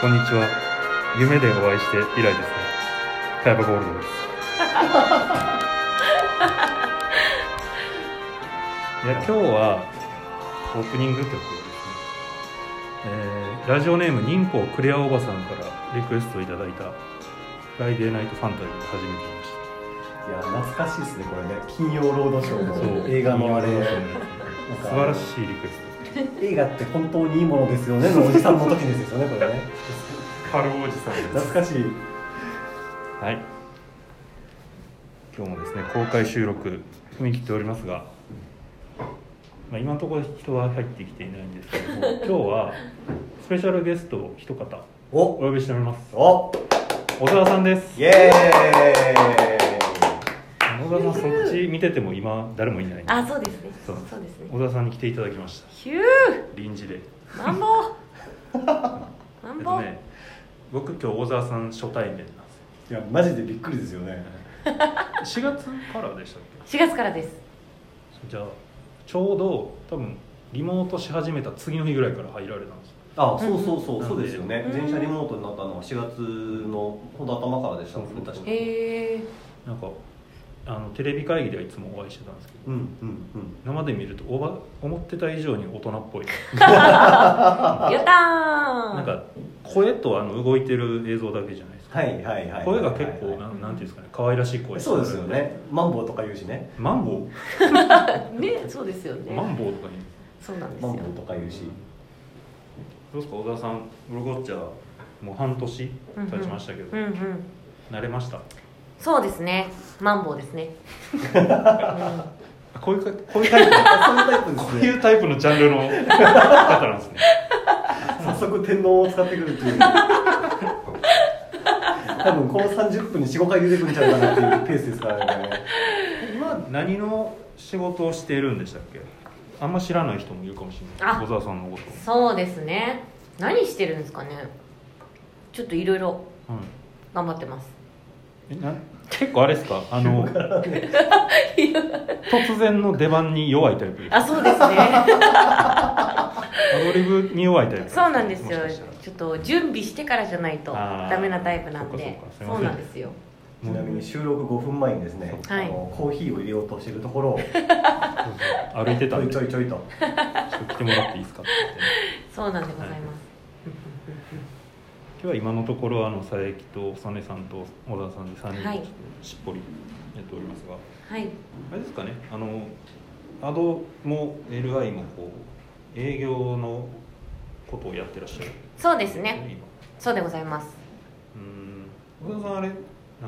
こんにちは夢でお会いして以来ですね茅場ゴール ドですいや今日はオープニング曲をですね、えーラジオネーム忍法クレアおばさんからリクエストいただいた「フライデーナイトファンタジー」を初めて見ましいや懐たかしいですねこれね金曜ロードショーそうの映画のあれいいよなんか素晴らしいリクエスト映画って本当にいいものですよ ねのおじさんの時ですよねこれねカルおじさんです懐かしいはい今日もですね公開収録踏み切っておりますが、まあ、今のところ人は入ってきていないんですけども 今日はスペシャルゲストを一方おお呼びしておりますお小沢さんですイエ小沢さんそっち見てても今誰もいないんであ、そうですね。そうそうですね小。沢さんに来ていただきましたヒュー、臨時でマンボウ。 マえンっボとウ。ね僕今日小沢さん初対面なんですーイよいやマジでびっくりですよね4月からでしたっけ4月からです。じゃあちょうど多分リモートし始めた次の日ぐらいから入られたんですあそうそうそう、うんそうですよねうん全社リモートになったのは4月のほんと頭からでしたもんね確かへえ。なんかあのテレビ会議ではいつもお会いしてたんですけどうんうん生で見るとおば思ってた以上に大人っ ぽいやったー。なんか声とあの動いてる映像だけじゃないですか、はいはいはい声が結構はいはないんなんていうんですかね可愛らしい声そうですよねマンボウとか言うしねマンボね、そうですよウマね。ンボウとかにそうなんですマンよボ。ウとか言うしどうですか小沢さんブロゴッチャーもう半年経ちましたけど、うんうん。慣れましたそうですね。マンボウですね。うんあこういうかこういうタイプあそのタイプでこすうねいうタイプのジャンルの方なんですね早速天皇を使ってくるっていう多分この30分に45回出てくるんちゃうかなっていうペースですからね今何の仕事をしているんでしたっけあんま知らない人もいるかもしれないあ小沢さんのこそうですね。何してるんですかね。ちょっといろいろと、うん、頑張ってます。えな結構あれですかあの突然の出番に弱いタイプですあ、そうで すね。アドリブに弱いタイプそうなんですよもしかしたら。ちょっと準備してからじゃないとあーダメなタイプなんでそっかそっかす。いませそんうなんですよ。ちなみに収録5分前にですね、はいあのコーヒーを入れようとしてるところを歩いてちたょんいでちちょょ っいちょいとと来てもらっていいですかって言ってそうなんでございます。今日は今のところあの佐伯と曽根さんと小沢さんで3人ではいしっぽりやっておりますが、はい。あれですかねあのアドも LI もこう営業のことをやってらっしゃるそうですね。今そうでございます。うん小田さんあれなんで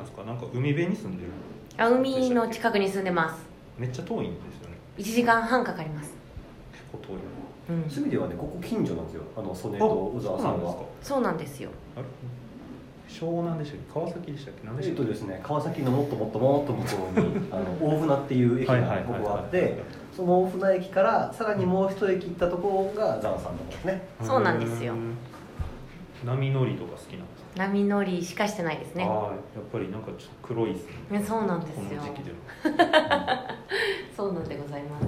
すかなんか海辺に住んでるあ海の近くに住んでます。めっちゃ遠いんですよね1時間半かかります。結構遠いうん。趣味ではねここ近所なんですよあの曽根あと小沢さそうんなんですはかそうなんですよ。あれ湘南でしたっけ川崎でしたっけ何でえしったとっけですね、川崎のもっともっともっともっともにあの大船っていう駅はいはいはがいここがあっはいはいてはいその大船駅からさらにもう一駅行ったところがザンさんのとこですねそうなんですよへー波乗りとか好きなんですか波乗りしかしてないですね。あーやっぱりなんかちょっと黒いですねねそうなんですこのよ時。期でも そうなんでございます。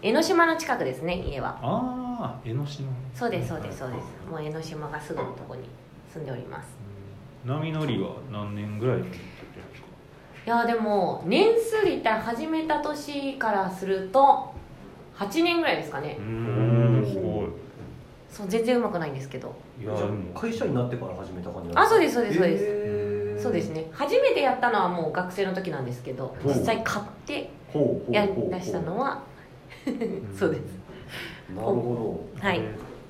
江ノ島の近くですね、家は。ああ江ノ島そうです、そうです、そうではす。いもう江ノ島がすぐのとこに住んでおります。うん波乗りは何年ぐらいの時ですかいやーでも年数で言ったら始めた年からすると8年ぐらいですかねう。ーんすごいそう全然うまくないんですけど。いじやゃでもあ会社員になってから始めた感じなんあ、そうです、そうです、そうです。ですそうですね初めてやったのはもう学生の時なんですけどおう実際買ってほうほうほうやりだしたのはそうですなるほはいえー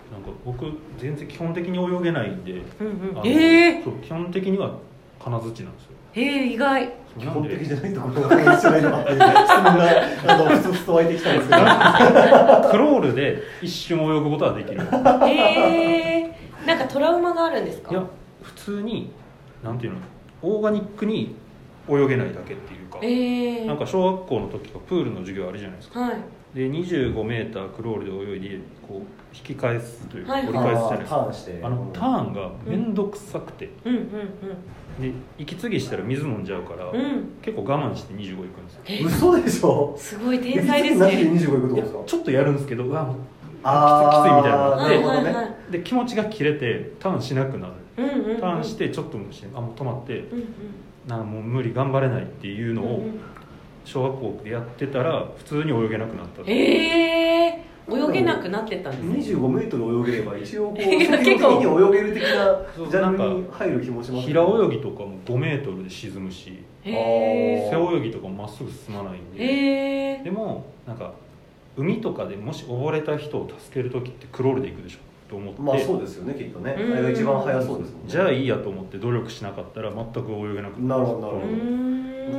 なんか僕全然基本的に泳げないんでうんあうんのえー、そう基本的には金槌なんですよえー、意外ど基本的じなんゃでないところが一緒ないのかっていう質問があのふつふつと湧いてきたんですけどクロールで一瞬泳ぐことはで きるえー、なんかトラウマがあるんですかいや普通になんていうのオーガニックに泳げないだけっていうか、えー、なんか小学校の時とかプールの授業あるじゃないですかはいで 25m クロールで泳いでこう引き返すというか、はいはい折り返すじゃないあーですタかーンしてあのターンが面倒くさくて、うんうんで息継ぎしたら水飲んじゃうから、うんうん結構我慢して25行くんですよ嘘でしょすごい天才で すなんでね25いくとこいやですかちょっとやるんですけどうわもうきついみたいなのがあなってるほどね、はいで気持ちが切れてターンしなくなるうんうんうんターンしてちょっと無視あもう止まってうんうんなもう無理頑張れないっていうのを小学校でやってたら普通に泳げなくなったへえ泳げなくなってったんですね25メートル泳げれば一応こういや結構競技に泳げる的そうなジャンルなんに入る気もします平泳ぎとかも5メートルで沈むしあへ背泳ぎとかもまっすぐ進まないんえでへえでもなんか海とかでもし溺れた人を助ける時ってクロールで行くでしょと思って、まあそうですよねきっとねうんあれが一番速そうですもんねじゃあいいやと思って努力しなかったら全く泳げなくなるほどなうるほどー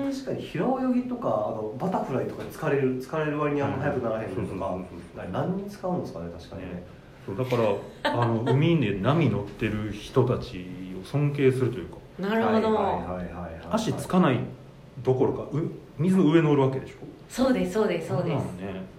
ん確かに平泳ぎとかあのバタフライとかで疲れる疲れる割にあんま速くならへんそうのそとうかそうそう何に使うんですかね確かにねそうだからあの海で波乗ってる人たちを尊敬するというかなるほど、はいはいはいはいはい足つかないどころかう水の上乗るわけでしょそうですそうですそうです、なんなのね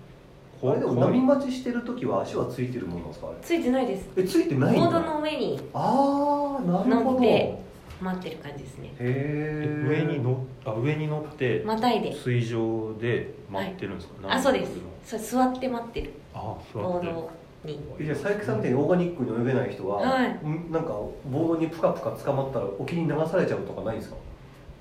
あれでも怖い波待ちしてる時は足はついてるものなんですかあついてないですれえついてボないんードだの上にああなる乗ほっどてへ待ってる感じですねええ上に乗あ上に乗ってまたいで水上で待ってるんですか、あそうですそう座って待ってるああそうボだってードにえじゃあ佐伯さんみたいにオーガニックに泳げない人は、はいんなんかボードにプカプカ捕まったら沖に流されちゃうとかないんですか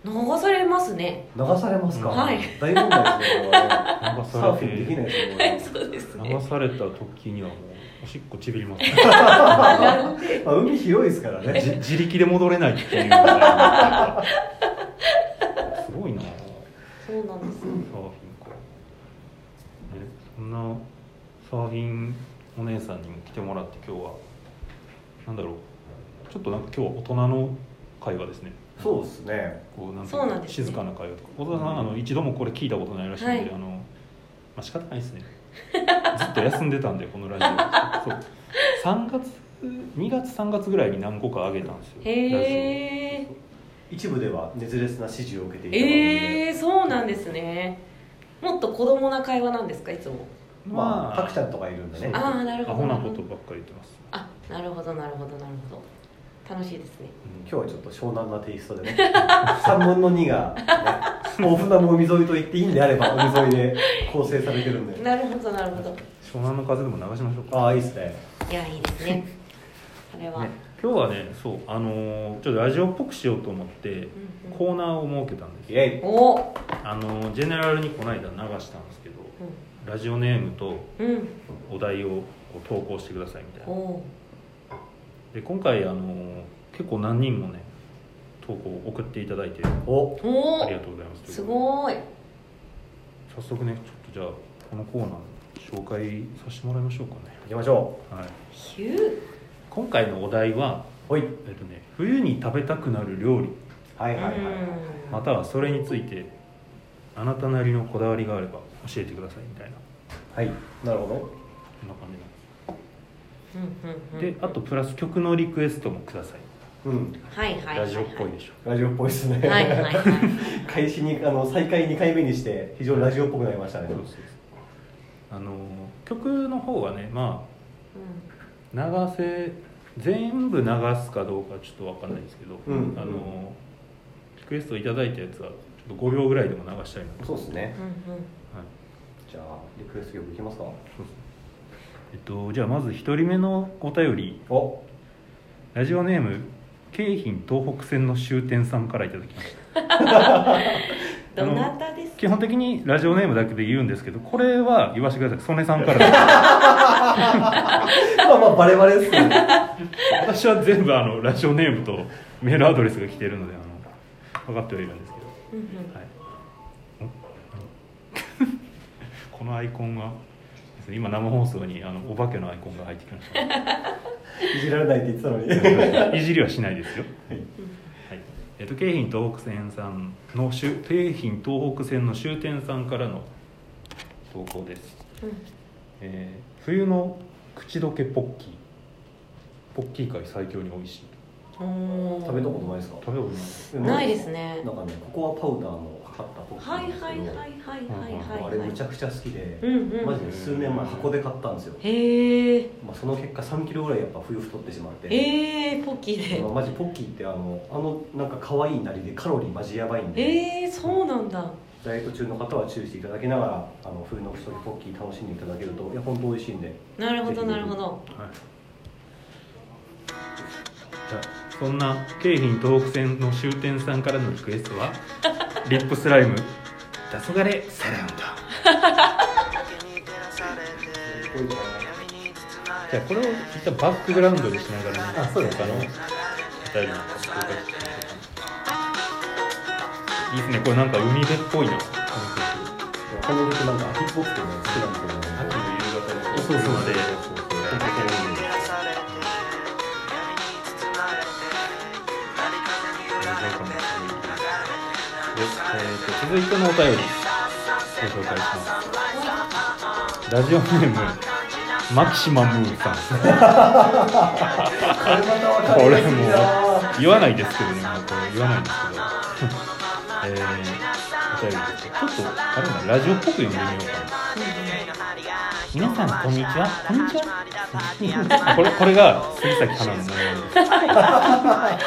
流されますね 流されますか、はい大問題ですねこれは ね流サさーフィンれできてないですねはいそうですね流された時にはもうおしっこちびります、ね、これ はまあ海広いですから ねじ自力で戻れないっていうぐらいすごいなそうなんですサーフィンか、ね、そんなサーフィンお姉さんにも来てもらって今日はなんだろうちょっとなんか今日は大人の会話ですねそうですねこうなんていそううかなんですね静かな会話とか小田さんあの一度もこれ聞いたことないらしいんで、はいあのまあ仕方ないですね ずっと休んでたんでこのラジオそう3月2月3月ぐらいに何個か上げたんですよへえ一部では熱烈な支持を受けていたので、えー、そうなんですねもっと子供な会話なんですかいつもラジオまあたくちゃんんとかいるんでねあーなるほどアホなことばっかり言ってますあなるほどなるほどなるほど楽しいですねうん今日はちょっと湘南なテイストでね 3分の2が、ね、豊富な海沿いと言っていいんであれば海沿いで構成されてるんでなるほどなるほど湘南の風でも流しましょうかああいいですねいやいいですねそれは、ね、今日はねそうあのーちょっとラジオっぽくしようと思ってうんうんコーナーを設けたんですイよェイおーあのージェネラルにこの間流したんですけどラジオネームとうん、うん、お題をこう投稿してくださいみたいなおーで今回あのー結構何人もね投稿を送っていただいてあおおりがーとうございますすいごーい早速ねちょっとじゃあこのコーナー紹介させてもらいましょうかね、行きましょはい、ヒュー今回のお題は、うはいえっとね、冬に食べたくなる料理はいはいはい、うんまたはそれについてあなたなりのこだわりがあれば教えてくださいみたいなはいなるほそんな感じなんうんうんうんです、であとプラス曲のリクエストもください、どうんはいはいはい、はい、ラジオっぽいでしょラジオっぽいですね、はいはいはい 開始にあの再開2回目にして非常にラジオっぽくなりましたねそうそうそうあの曲の方はねまあ流せ全部流すかどうかちょっとわかんないですけど、うんあのリクエストいただいたやつはちょっと5秒ぐらいでも流したいなそうですねうんうんうはいんじゃあリクエスト曲いきますかえっと、じゃあまず1人目のお便りお ラジオネーム京浜東北線の終点さんからいただきましたどなたですか基本的にラジオネームだけで言うんですけどこれは言わせてください曽根さん からまあまあバレバレですけどね私は全部あのラジオネームとメールアドレスが来ているのであの分かってはいるんですけど、うんうんはい、おなんかこのアイコンは今生放送にあのお化けのアイコンが入ってきましたいじられないって言ってたのに いじりはしないですよ。はいはい。えっと京浜東北線さんの終京浜東北線の終点さんからの投稿です。えー冬の口どけポッキー。ポッキー界最強に美味しい。うんおー食べたことないですか食べたことないです。ないですねなんかねココアパウダーのかかったポッキーはないんですけどはいはいはいはいはいあはいれむちゃくちゃ好きで、うんうんマジで数年前箱で買ったんですよ、へえまあ、その結果3キロぐらいやっぱ冬太ってしまって、えー、ポッキーまであマジポッキーってあのあのなんか可愛いなりでカロリーマジやばいんで、えー、そうなんだダイエット中の方は注意していただきながらあの冬のストリポッキー楽しんでいただけるといや本当美味しいんでなるほどぜひなるほどはいじゃあそんな京浜東北線の終点さんからのリクエスト はリップスライム「黄昏サラウンド」じゃあこれを一旦バックグラウンドにしながらねあそうです他のお便りの紹介していいですねこれなんか海辺っぽいなこの曲この曲なんか秋っぽくてね好きなんですけどね秋の夕方のそうそうそうでで、えーと続いてのお便りご紹介しますラジオネームマキシマムーさんこれまた分これかりやすもいうなあ言わないですけどね、もうこれ言わないんですけど、えー、お便りですけどちょっとあれだなラジオっぽく読んでみようかな皆さんこんにちはこんにちは これこれが杉咲花のものです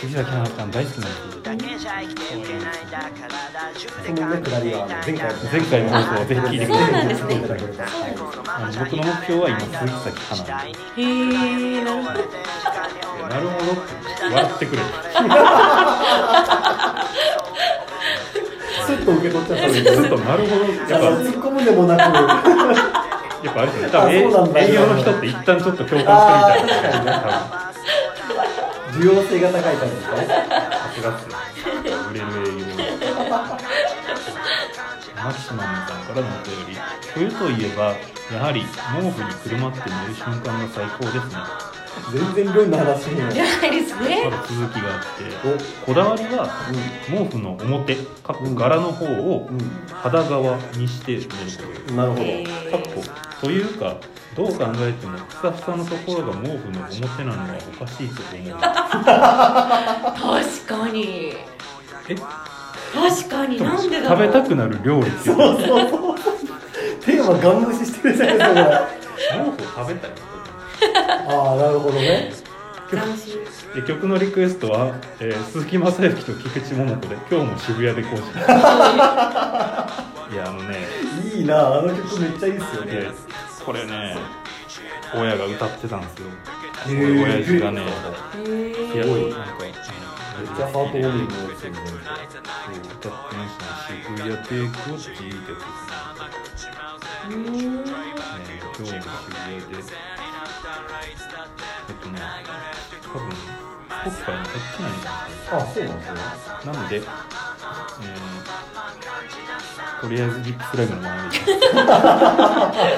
杉咲花さん大好きなんですそのね下りはあの前回の前回の放送をぜひ聞いてくださいそうなんですねいただけるとそうであすの僕の目標は今鈴木咲花なへえなるほどなるほど笑ってく れ スッと受け取っちゃったちょっとなるほどやっぱ突っ込むでもなくやっぱあれですよ多分あそうなんだ営営業の人って一旦ちょっと共感するみたいな需要性が高いタイプですねさすがっすよ売れる営業マキシマムさんからのお便り冬といえばやはり毛布にくるまって寝る瞬間が最高ですね全然ルンの話にじゃないですねまだ続きがあっておこだわりは毛布の表かっこ柄の方をうん肌側にして寝ることですうんなるほどへかっこというかどう考えてもふさふさのところが毛布の表なのはおかしいと思う確かにえ確かになんでだ食ろべうたくなる料理っていうかテーマガン無視してるじゃないですかこれ毛布を食べたいああなるほどね斬新で曲のリクエストは、えー鈴木雅之と菊池桃子で「今日も渋谷で行進」 いやあのねいいなあの曲めっちゃいいっすよねでこれね親が歌ってたんですよへー親父がねへいやなんえかめっめっちゃハートウォーミングのやつよね歌ってましたね渋谷で行進ってやつですねうんえー、今日の渋谷でえっとね多分 Spotify に入ってないんだあそうなんですねけどなので、えー、とりあえずリップスライムのままで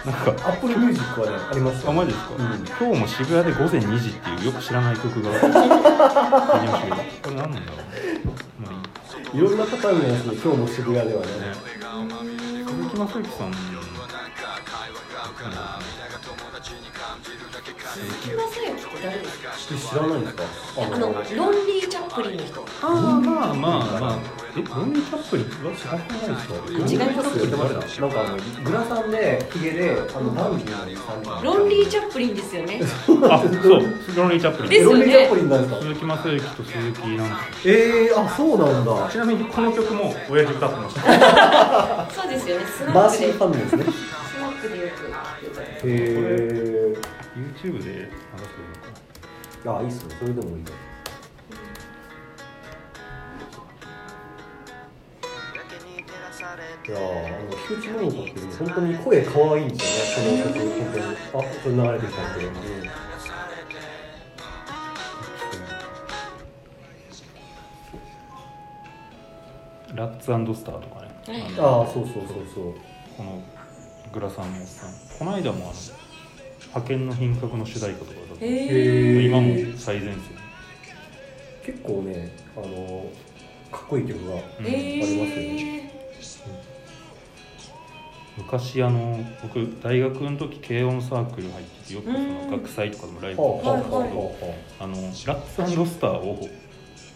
なんかアップルミュージックはねありましたあよマジですか、うん今日も渋谷で午前2時っていうよく知らない曲がありましたけどこれ何なんだろうまあいいいろんな方のやつで今日も渋谷ではねね鈴木雅之さん鈴木雅之って誰ですかえ知らないんですかああのロンリー・チャップリンの人ああまあまあまあえロンリーチャップリンは知らないですか違いますロンリーチャップリン誰だなんかあのグラサンでヒゲであのダンディーの感じロンリー・チャップリンですよねあそうロンリーチャップリでンすよロンねリーチャップリンなんですか鈴木雅之と鈴木なんでえー、あそうなんだすちなみにこの曲も親父歌ってましたこそうですよねスナマーックシーでスファンですねナックでよく歌ってへえ YouTube で流せるのかあいいっすねそれでもいいかいやーあの菊池桃子って本当に声可愛いんですよねこの曲本当にあそれ流れてきたんで、なラッツスターとかねあのああそうそうそうそうこのグラサンのおっさんこの間もあの派遣の品格の主題歌とか歌ってへましえたへー今も最前線結構ねあのかっこいい曲がうんへえ昔あの僕大学の時軽音サークル入っててよくそうんの学祭とかでもライブはあはあはいはあはあはいはあのラッツスターを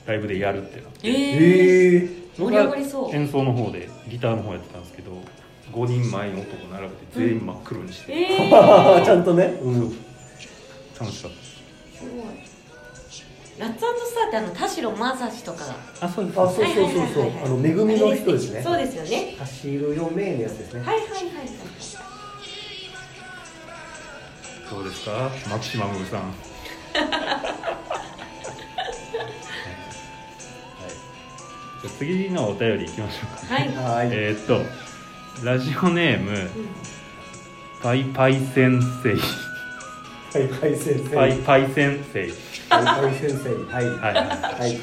ライブでやるってなってあへえへえ 盛り上がりそう演奏の方でギターの方やってたんですけど5人前の男並べて全員真っ黒にして、ええああちゃんとねうん楽しかったですすごいラッツスターってあの田代正史とかがあそうですあ、そうそうそうそはういはいはいはい、あの恵みの人ですね。そうですよね足色色名のやつですね。はいはいはいはいどうですかマキシマ ムさんじゃあ次のお便りいきましょうかはい、うん、はい。はい。えーっとラジオネームパイパイ先生はいはい先生。パはイいパイ先生はい先生。はい。はいはいはい。はい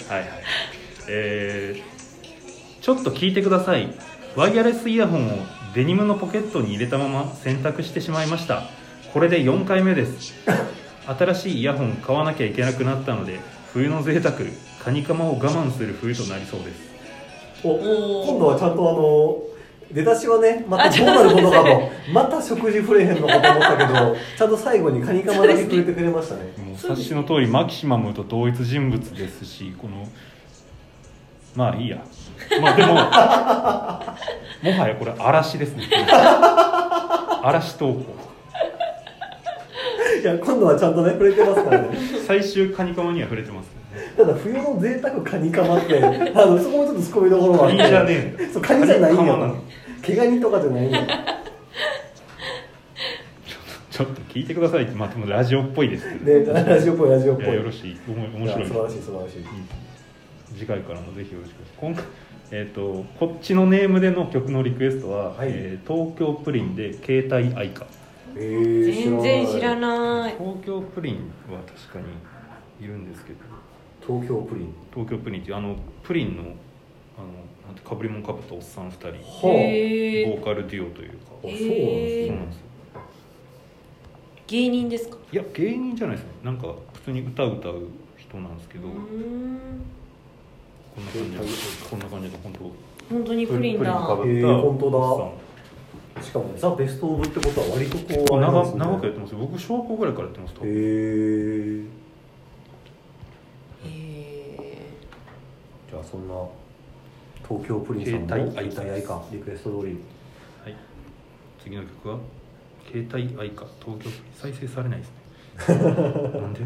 えーちょっと聞いてくださいワイヤレスイヤホンをデニムのポケットに入れたまま洗濯してしまいましたこれで4回目です新しいイヤホン買わなきゃいけなくなったので冬の贅沢カニカマを我慢する冬となりそうですおおー今度はちゃんとあの出だしはねまたどうなることかとまた食事触れへんのかと思ったけどちゃんと最後にカニカマだけ触れてくれましたねもうお察しの通りマキシマムと同一人物ですしこのまあいいやまあで ももはやこれ嵐ですね嵐投稿いや今度はちゃんとね触れてますからね最終カニカマには触れてますねただ冬の贅沢カニカマってあのそこもちょっとツッコミどころがあってカニじゃねえんだそうカニじゃないカニカマなよの毛ガニとかじゃないよちょっと聞いてくださいってまあでもラジオっぽいですけどでラジオっぽいラジオっいぽいやよろしいおも面白いや素晴らしい素晴らしいうん次回からもぜひよろしく今回えー、とこっちのネームでの曲のリクエストは「はいえー東京プリン」で「携帯愛歌」えー全然知らない東京プリンは確かにいるんですけど東京プリン東京プリンっていうあのプリンのあのなんてかぶりもんかぶったおっさん2人はあへボえーカルデュオというか、あそうなんそうでなんですよ芸人ですかいや芸人じゃないですねなんか普通に歌歌う人なんですけうど、ーんこんな感じのこんな感じの本当本当にプリンプリンかだぶっぶったたおっすしかもザ・ベスト・オブってことは割とこさうんあれなん長長くやってますよ僕小学校ぐらいからやってますと、へえへえじゃあそんな東京プリンさん携の帯愛携帯愛かリクエスト通りはい、次の曲は「携帯愛歌東京プリン」再生されないですねなんで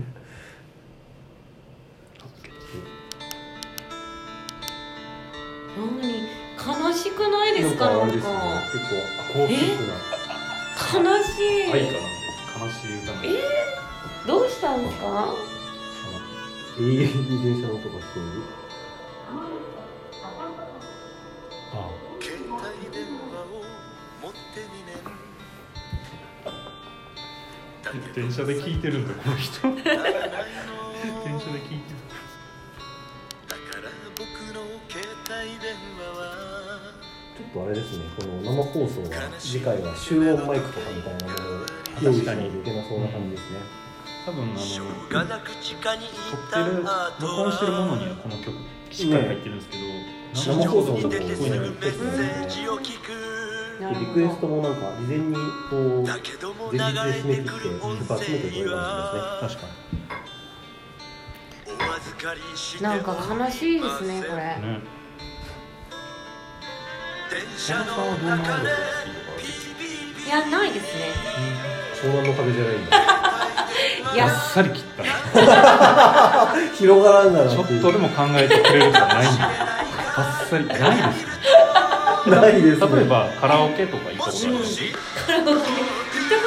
あなのに悲しくないですかなんかなんかあれですね結構アコースティックな悲しい、愛歌なんで悲しい歌なんでどうしたんですか永遠に電車の音が聞こあ携帯電話を持って2年あ電車で聴いてるんだこの人電足らな車で聴いいのてるだから僕の携帯電話はえるちょっとあれですねこの生放送は次回は集音マイクとかみたいなものを用意しないといけなそうな感じですね多分あしょのうがなく地下にい撮ってたる後録音してるものにはこの曲しっかり入ってるんですけど、生放送のちょ方っとが出聞てこすえぐなメいねッセージを聞くなでるほリどクエストもなんか事前にこうだけども流れてくる音声には確かお預かりしてなんか悲しいですねこれにね電車田中さんはのどんな音楽中がで好きとかあるんですかいやないですね湘南の壁じゃないんだいあやっさり切ったち広がらんだなょっていっうとでも考えてくれるとかないんだあっさりないですねないですね例えばカラオケとか行ったことあるカラオケ行ったこ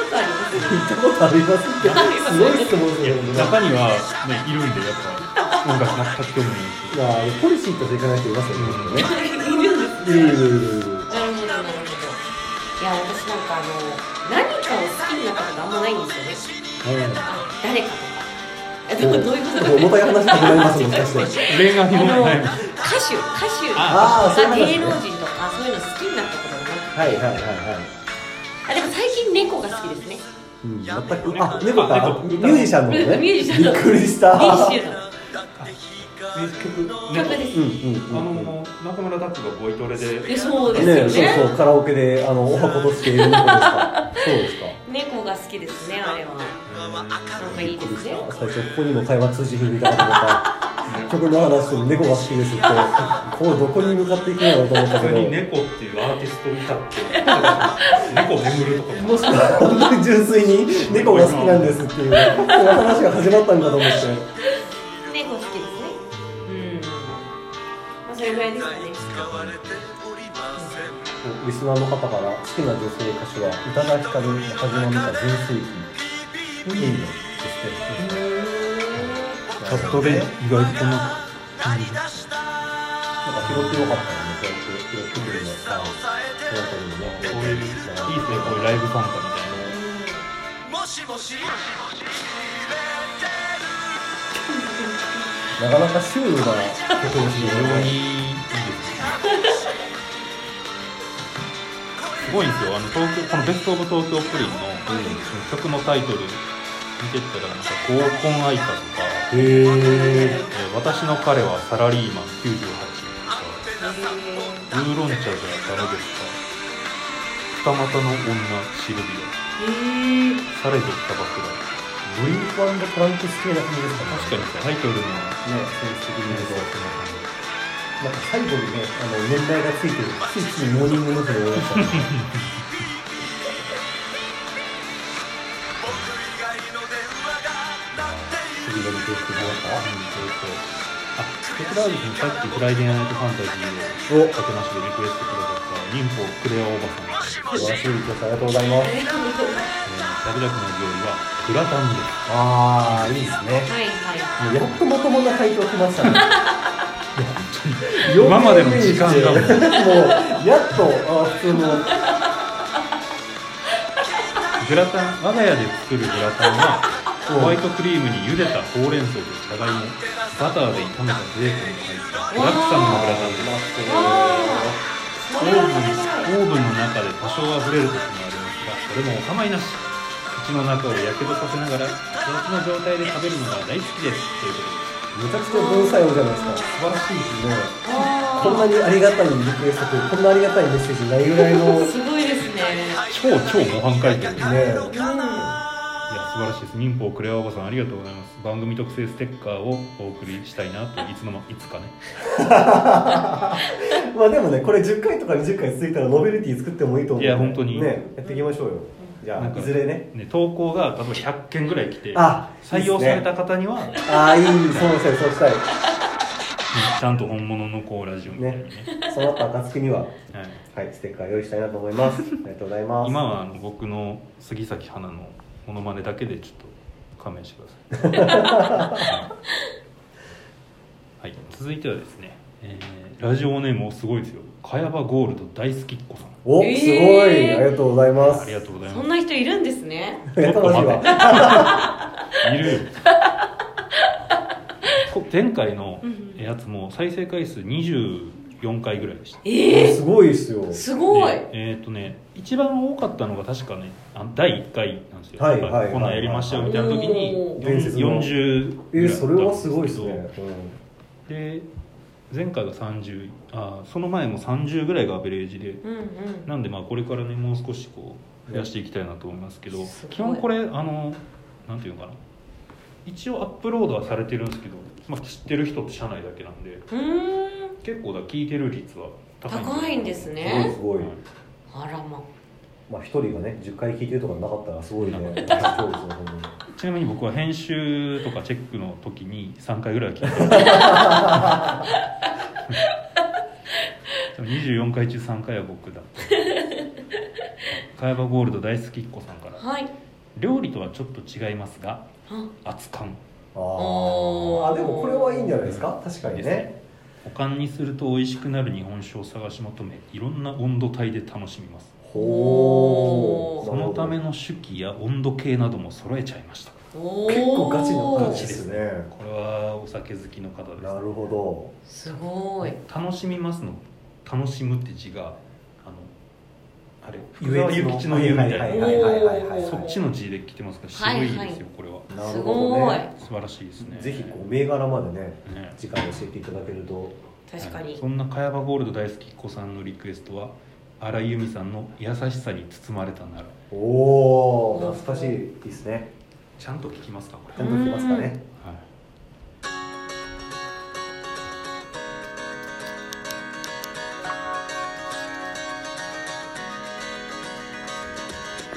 とあります行ったことありますってすごい質問ですいやよね中には、ね、いるんでやっぱ音楽全く興味ないしまあ、ポリシーとしていかない人いますよね、うんきっいるんですとね。いるいるいるいるなるほどなるほどいや私なんかあの何かを好きになったことあんまないんですよねあ誰かとかえでもどういうことか重たい話になります、もしか して。恋 愛あものない歌手歌手あーそういう話ね芸能人とかそういうの好きになったことがなくはいはいはいはい。あでも最近猫が好き ですねうん、全く、あ、猫あか、ミ猫ュージシャンのね。ミュージシャンのびっくりした。ミュージシャンの曲ねですうんうんうのん。中村達がボイトレいでやそうですね、よそうねそう、カラオケで、あの、お箱としているんです か。そうですか。猫が好きですねあれはなんかいいでびっくすりねした。最初、ここにも会話通じるみたいなと思った。曲の話でも猫が好きですって、こう、どこに向かっていくんだろうと思った普け通にど。猫っていうアーティストを見たって猫眠るとかもしかしたら本当に純粋に猫が好きなんですっていう、この話が始まったんだと思って。ねねこう好きですねうんまあそれぐらいですかね使われておりませんリスナーの方から好きな女性歌手は宇多田ヒカル中島美香全盛期いいねうーチャットで意外とこんななんか拾ってよかったらねこうやって拾ってくるのさその辺りもこねういういいですねこういうライブ参加みたいなもしもしなかなかシュールな曲をして非常るよにねいいですねすごいんですよあの東京この「ベスト・オブ・東京プリンの」曲のタイトル見てったらなんか「合コン愛歌」とか、えへえー私の彼はサラリーマン98」んとか「ウーロン茶じゃダメですか」「二股の女シルビへーへーア」「されどキャバクラ」ブリンクアンドプランクス系な感じですか確ねかにタイトルのねセンス的イにメージ言うはとそんな感じなんか最後にねあの年代がついてるついついモーニング娘。思い出したね僕以外の電話が鳴ってい次るのリクエストどううん、そうそう。あ、こちらはですね、さっきフライデーナイトファンタジーをかけなしでリクエストくださった、忍法クレアおばさん。だった素晴らしいリクエストありがとうございますえー、ダブダクの料理はグラタンです。ああいいですねはもいはいうやっとまともな回答来ましたね今までの時間がももううやっとあー普通のグラタン、我が家で作るグラタンは、ホワイトクリームに茹でたほうれん草とじゃがいも、バターで炒めたベーコンが入った、具だくさんのグラタンです。オあそーれブンはそれオーブンの中で多少はぶれることもありますがそれもお構いなし口の中をやけどさせながら熱の状態で食べるのが大好きですというこめちゃくちゃ文才王じゃないですか素晴らしいですねこんなにありがたいリクエストというこんなありがたいメッセージないぐらいのはねすごいですねとで超超模範解答ですねいやうん素晴らしいです民法クレアおばさんありがとうございます番組特製ステッカーをお送りしたいなといつの間いつかねまあでもねこれ10回とか20回続いたらノベルティ作ってもいいと思ういや本当にねやっていきましょうよじゃなんあかいずれねね投稿が例えば100件ぐらい来てあ採用された方にはねああいいそうしたいそうしたいちゃんと本物のこうラジオみたいにねそうなった暁にははいはいステッカー用意したいなと思いますありがとうございます今はあの僕の杉咲花のモノマネだけでちょっと仮面してくだ さいはい続いてはですね、えーラジオネームおすごいですよ茅場ゴールド大好きっ子さんおすごえいーありがとうございますありがとうございそまんな人いるんですねすやったましいちょっとわいる よこ前回のやつも再生回数24回ぐらいでしたええすごいっすよすごいでえーっ、とね一番多かったのが確かねあの第1回なんですよ、はいなんかはいはいこんなんやりましたよみたいな時におー伝説の40えぐらいだっーたそんれではすごいっすねで前回が30あその前も30ぐらいがアベレージでうんうんなんでまあこれからねもう少しこう増やしていきたいなと思いますけど、すごい基本これあのなんていうのかな一応アップロードはされてるんですけど、まあ、知ってる人って社内だけなんでうーん結構だ聞いてる率は高いんですうねんすごいすごいあらままあ一人がね10回聞いてるとかなかったら すごいねなかそうっですね本当にちなみに僕は編集とかチェックの時に3回ぐらいは聞いてる24回中3回は僕だったカヤバゴールド大好きっ子さんからはい料理とはちょっと違いますがあ熱燗あおーーあでもこれはいいんじゃないですか確かにねお燗にすると美味しくなる日本酒を探し求めいろんな温度帯で楽しみますほおうそのための酒器や温度計なども揃えちゃいましたおー結構ガチな感じチですねこれはお酒好きの方ですなるほすごい楽しみますの楽しむって字があのあれど福沢諭吉の言うみたいな、はいはいはいはいはいはいそっちの字で来てますから渋いですよ、はいはいこれはなするほどごいね素晴らしいですねぜひこう銘柄までねね次回教えていただけると確かはいにそんな茅場ゴールド大好きっ子さんのリクエストは荒井由実さんの「優しさに包まれたならおお懐かしいですね」ちゃんと聞きますかこちれ、ゃんときますかねはい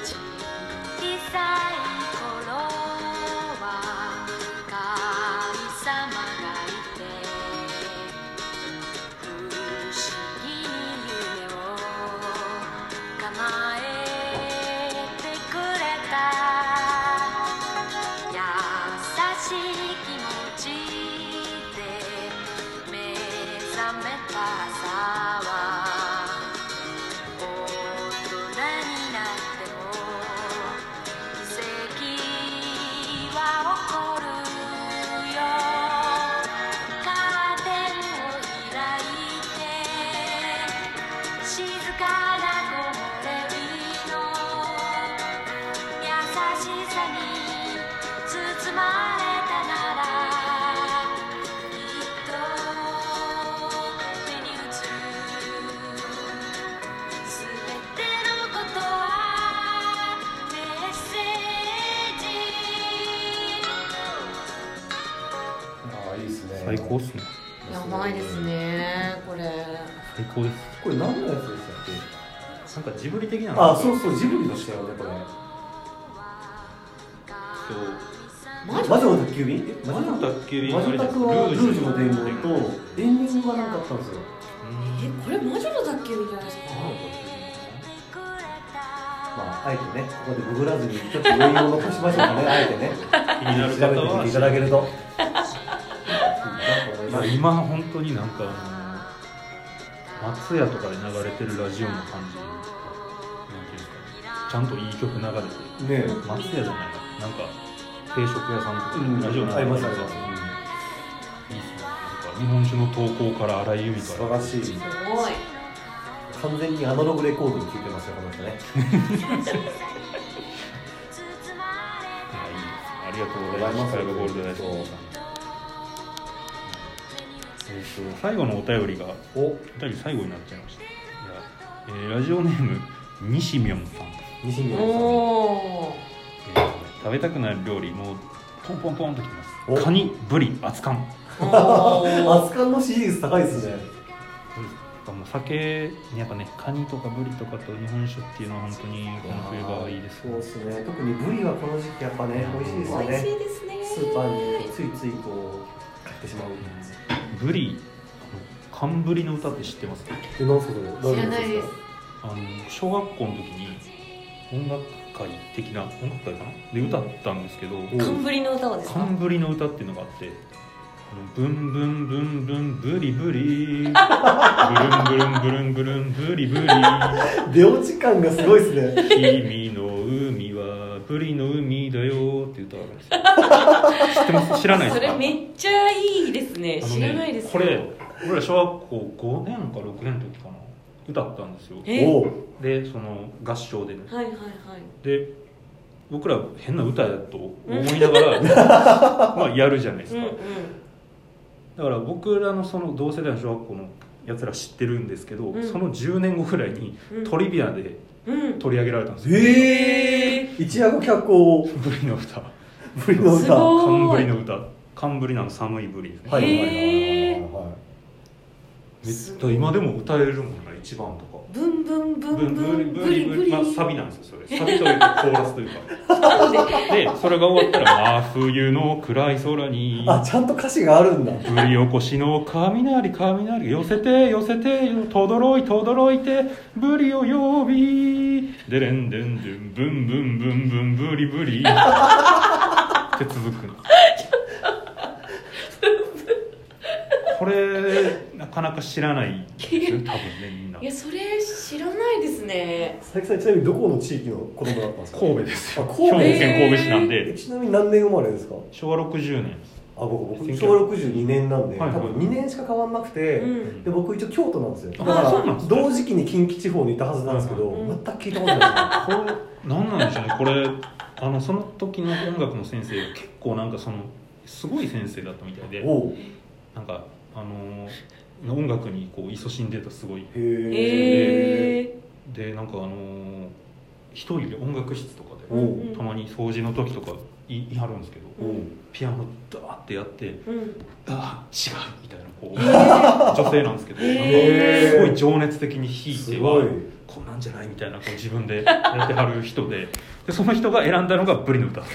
小さい頃は神様しい気持ちで目覚めた朝は大人になっても奇跡は起こるよカーテンを開いて静かな木漏れ日の優しさに包まれたならきっと目に映る全てのことはメッセージああいいですね最高っすねやばいですねこれ最高ですこれ何のやつでしたっなけんかジブリ的なのあそうそうジブリでしたよねこれ魔魔女の宅急便魔女の宅急便魔女宅はルージュの伝言ルージュの伝とエンディングがなんかあったんですよえこれ魔女の宅急便じゃないですかまああえてねここでググらずにちょっと余裕を残しましょうかねあえてね気になる調べ方てみはていただけるといや今本当になんかあの松屋とかで流れてるラジオの感じなんていうんですかねちゃんといい曲流れてね松屋じゃないななんか定食屋さんとかうんでラジオ流れてありるまやつすありまいいっすねなんか日本酒の投稿から荒井由素実か晴ららしいすごい完全にアナログレコードに聴いてますよこの人ねいやいいですありがとうございますあサりイがバとゴうールござドダいイまスすさんえーと最後のお便りがおお便り最後になっちゃいましたいや、えーラジオネーム西みょんさん西宮さんおーえー食べたくなる料理もうポンポンポンときまおすカニブリ熱燗あ熱燗の支持率高いですねもう酒やっぱねカニとかブリとかと日本酒っていうのは本当にこの冬場はいいですそうですね特にブリはこの時期やっぱね美味しいですよ美味しねいですねスーパーについついこう買ってしまうブリあの寒ブリの歌って知ってますえなんすかそれ知らないですあの小学校の時に音楽会的な音楽会かなで歌ったんですけど寒ぶりの歌をですか寒ブリの歌っていうのがあってあのブンブンブンブンブリブリブルンブルンブルンブルンブリブリ 出落ち感がすごいですね君の海はブリの海だよっていう歌があるんですよ知ってます知らないですそかれめっちゃいいですねあの知ねらないですこれ俺ら小学校5年か6年の時かな歌ったんですよえおうでその合唱でねはいはいはいで僕ら変な歌だと思いながら まあやるじゃないですうんか、うだから僕らのその同世代の小学校のやつら知ってるんですけど、うんその10年後ぐらいにうんトリビアでんうん取り上げられたんですよ、えー、一夜後脚光を ブリの歌ブリのす歌ごい寒ブリの歌寒ブリなの寒いブリですね、はいはいはいへーはめっちゃ今でも歌えるもんな一番とかブンブンブブンンブブリンブブリリブブリリ、まあ、サビなんですよそれサビというかコーラスというかでそれが終わったら「真冬の暗い空にいあちゃんと歌詞があるんだぶり起こしの雷雷寄せて寄せてよとどろいとどろいてぶりを呼びでれんでんでんぶんぶんぶんぶんぶりぶりって続くのこれなかなか知らないですよ多分 ねみんないやそれ知らないですね佐伯さんちなみにどこの地域の子供だったんですか神戸ですよあ兵神庫戸県神戸市なんえでちなみに何年生まれですか昭和60年ですあ僕僕1900昭和62年なんで、はいはい多分2年しか変わんなくて、うんで僕一応京都なんですよだあかそうなんでらすね同時期に近畿地方にいたはずなんですけど、はいはい全く聞いたことないこれ何なんでしょうねこれあのその時の音楽の先生が結構なんかそのすごい先生だったみたいで ですおうなんかあのー音楽にこう勤しんでたすごいへえへえでなんかあのー一人で音楽室とかおでううんたまに掃除の時とかいいはるんですけどおうピアノダーってやってうんあー違うみたいなこう女性なんですけどなんへーかすごい情熱的に弾いすてごいはこんなんじゃないみたいなこう自分でやってはる人ででその人が選んだのがブリの歌ギ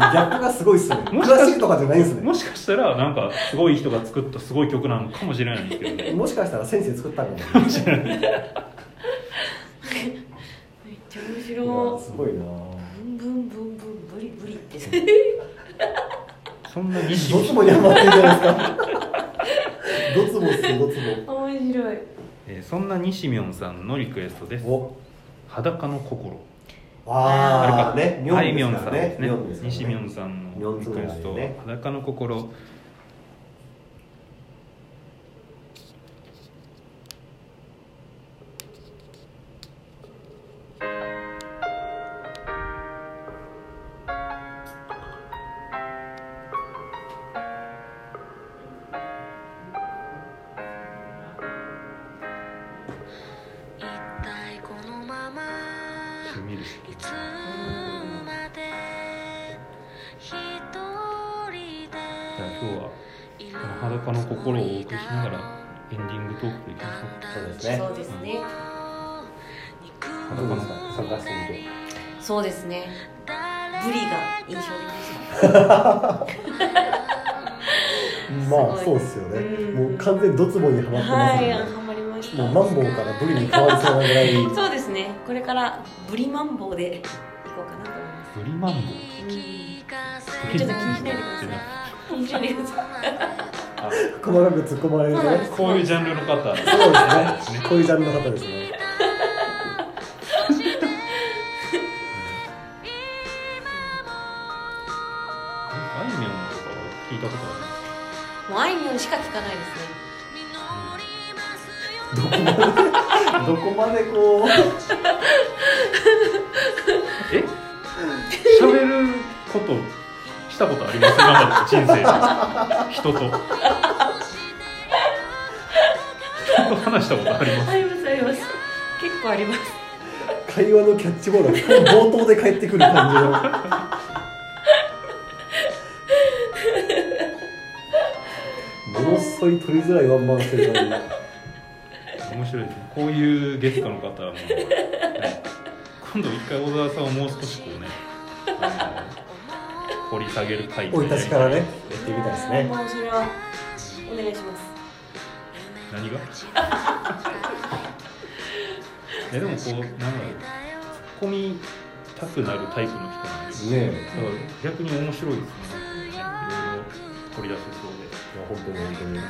ャップがすごいっすねもクしかしラシックとかじゃないんですねもしかしたらなんかすごい人が作ったすごい曲なのかもしれないんですけどねもしかしたら先生作ったのかもしれないめっちゃ面や白すごいなブンブンブンブンブリブリってそそんなに意ド識ツボにハマってるじゃない ですかドツボっすよドツ面白いえーそんな西みょんさんのリクエストですボお裸の心ああねあいみょんさんですねミョンですから西みょんさんのリクエスト、ミョンズね裸の心一体このまましみるいつまで一人でじゃあ今日はいこるの裸の心をお送りしながらエンディングトークでいきましょうそうですねそうですね裸の参加してみてそうですねブリが印象的でしまあそうっすよねうんもう完全にドツボにハマってまたすはよいねあハマりましたもうマンボウからブリに変わりそうなぐら いそうですねこれからブリマンボウで 行こうかなと思いますブリマンボウ聞か時せちょっ々と聞いてみてください聞いてみてくださいあ細かく突っ込まれるそうなんねですこういうジャンルの方そうですね。こういうジャンルの方ですね。あいみょんとかは聞いたことあるもうあいみょんしか聞かないですねどこまでこう、え喋ることしたことあります今まで人生で人と人と話したことありますありますあります結構あります会話のキャッチボールが冒頭で返ってくる感じの。ものすごい取りづらいワンマンしてる感じ。面白いですねこういうゲストの方 はもう、ね今度一回小沢さんをもう少しこうねあの掘り下げる回生い立ちからね、やってみたいですね。もうそれはお願いします何が いやでもこうなんだろう突っ込みたくなるタイプの人なんですねえ、だから逆に面白いですね。いろいろ掘り出せそうで。いや本当に本当に。はい、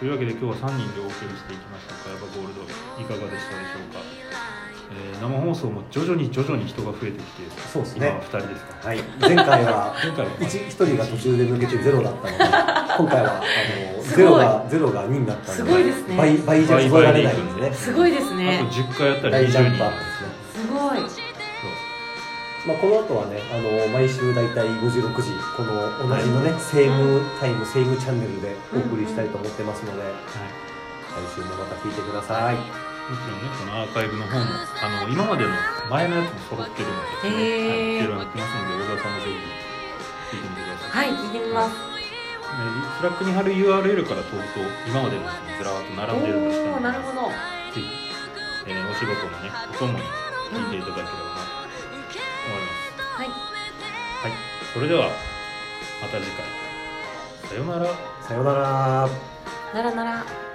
というわけで今日は3人でお送りしていきました「カヤバゴールド」いかがでしたでしょうか、えー生放送も徐々に徐々に人が増えてきてそうです今ねは2人ですか、はい、前回は前回は一一人が途中で抜けてゼロだったので、今回はあのすごゼいロがゼロが二になったので、すごいですね倍倍じゃ数えられないんですね。すごいですあねと10回やったら20大ジャン人プアップですね。すごいまあ、この後はね、あの毎週大体5時、6時、この同じのね、セームタイム、セームチャンネルでお送りしたいと思ってますので、そうはい来週もまた聞いてください。もちろんね、このアーカイブの方も、あの、今までの前のやつも揃ってるので、はい、いろへーいろやってますので、小沢さんもぜひ聞いてみてください。はい聞いてみますねスラックに貼る URL から飛ぶと、今までのやつもずらーっと並んでるんですけおおど、ーなるほどぜひ、えーお仕事のね、お供に聞いていただければなと思います。はいはい、それでは、また次回。さようなら。さようなら。ならなら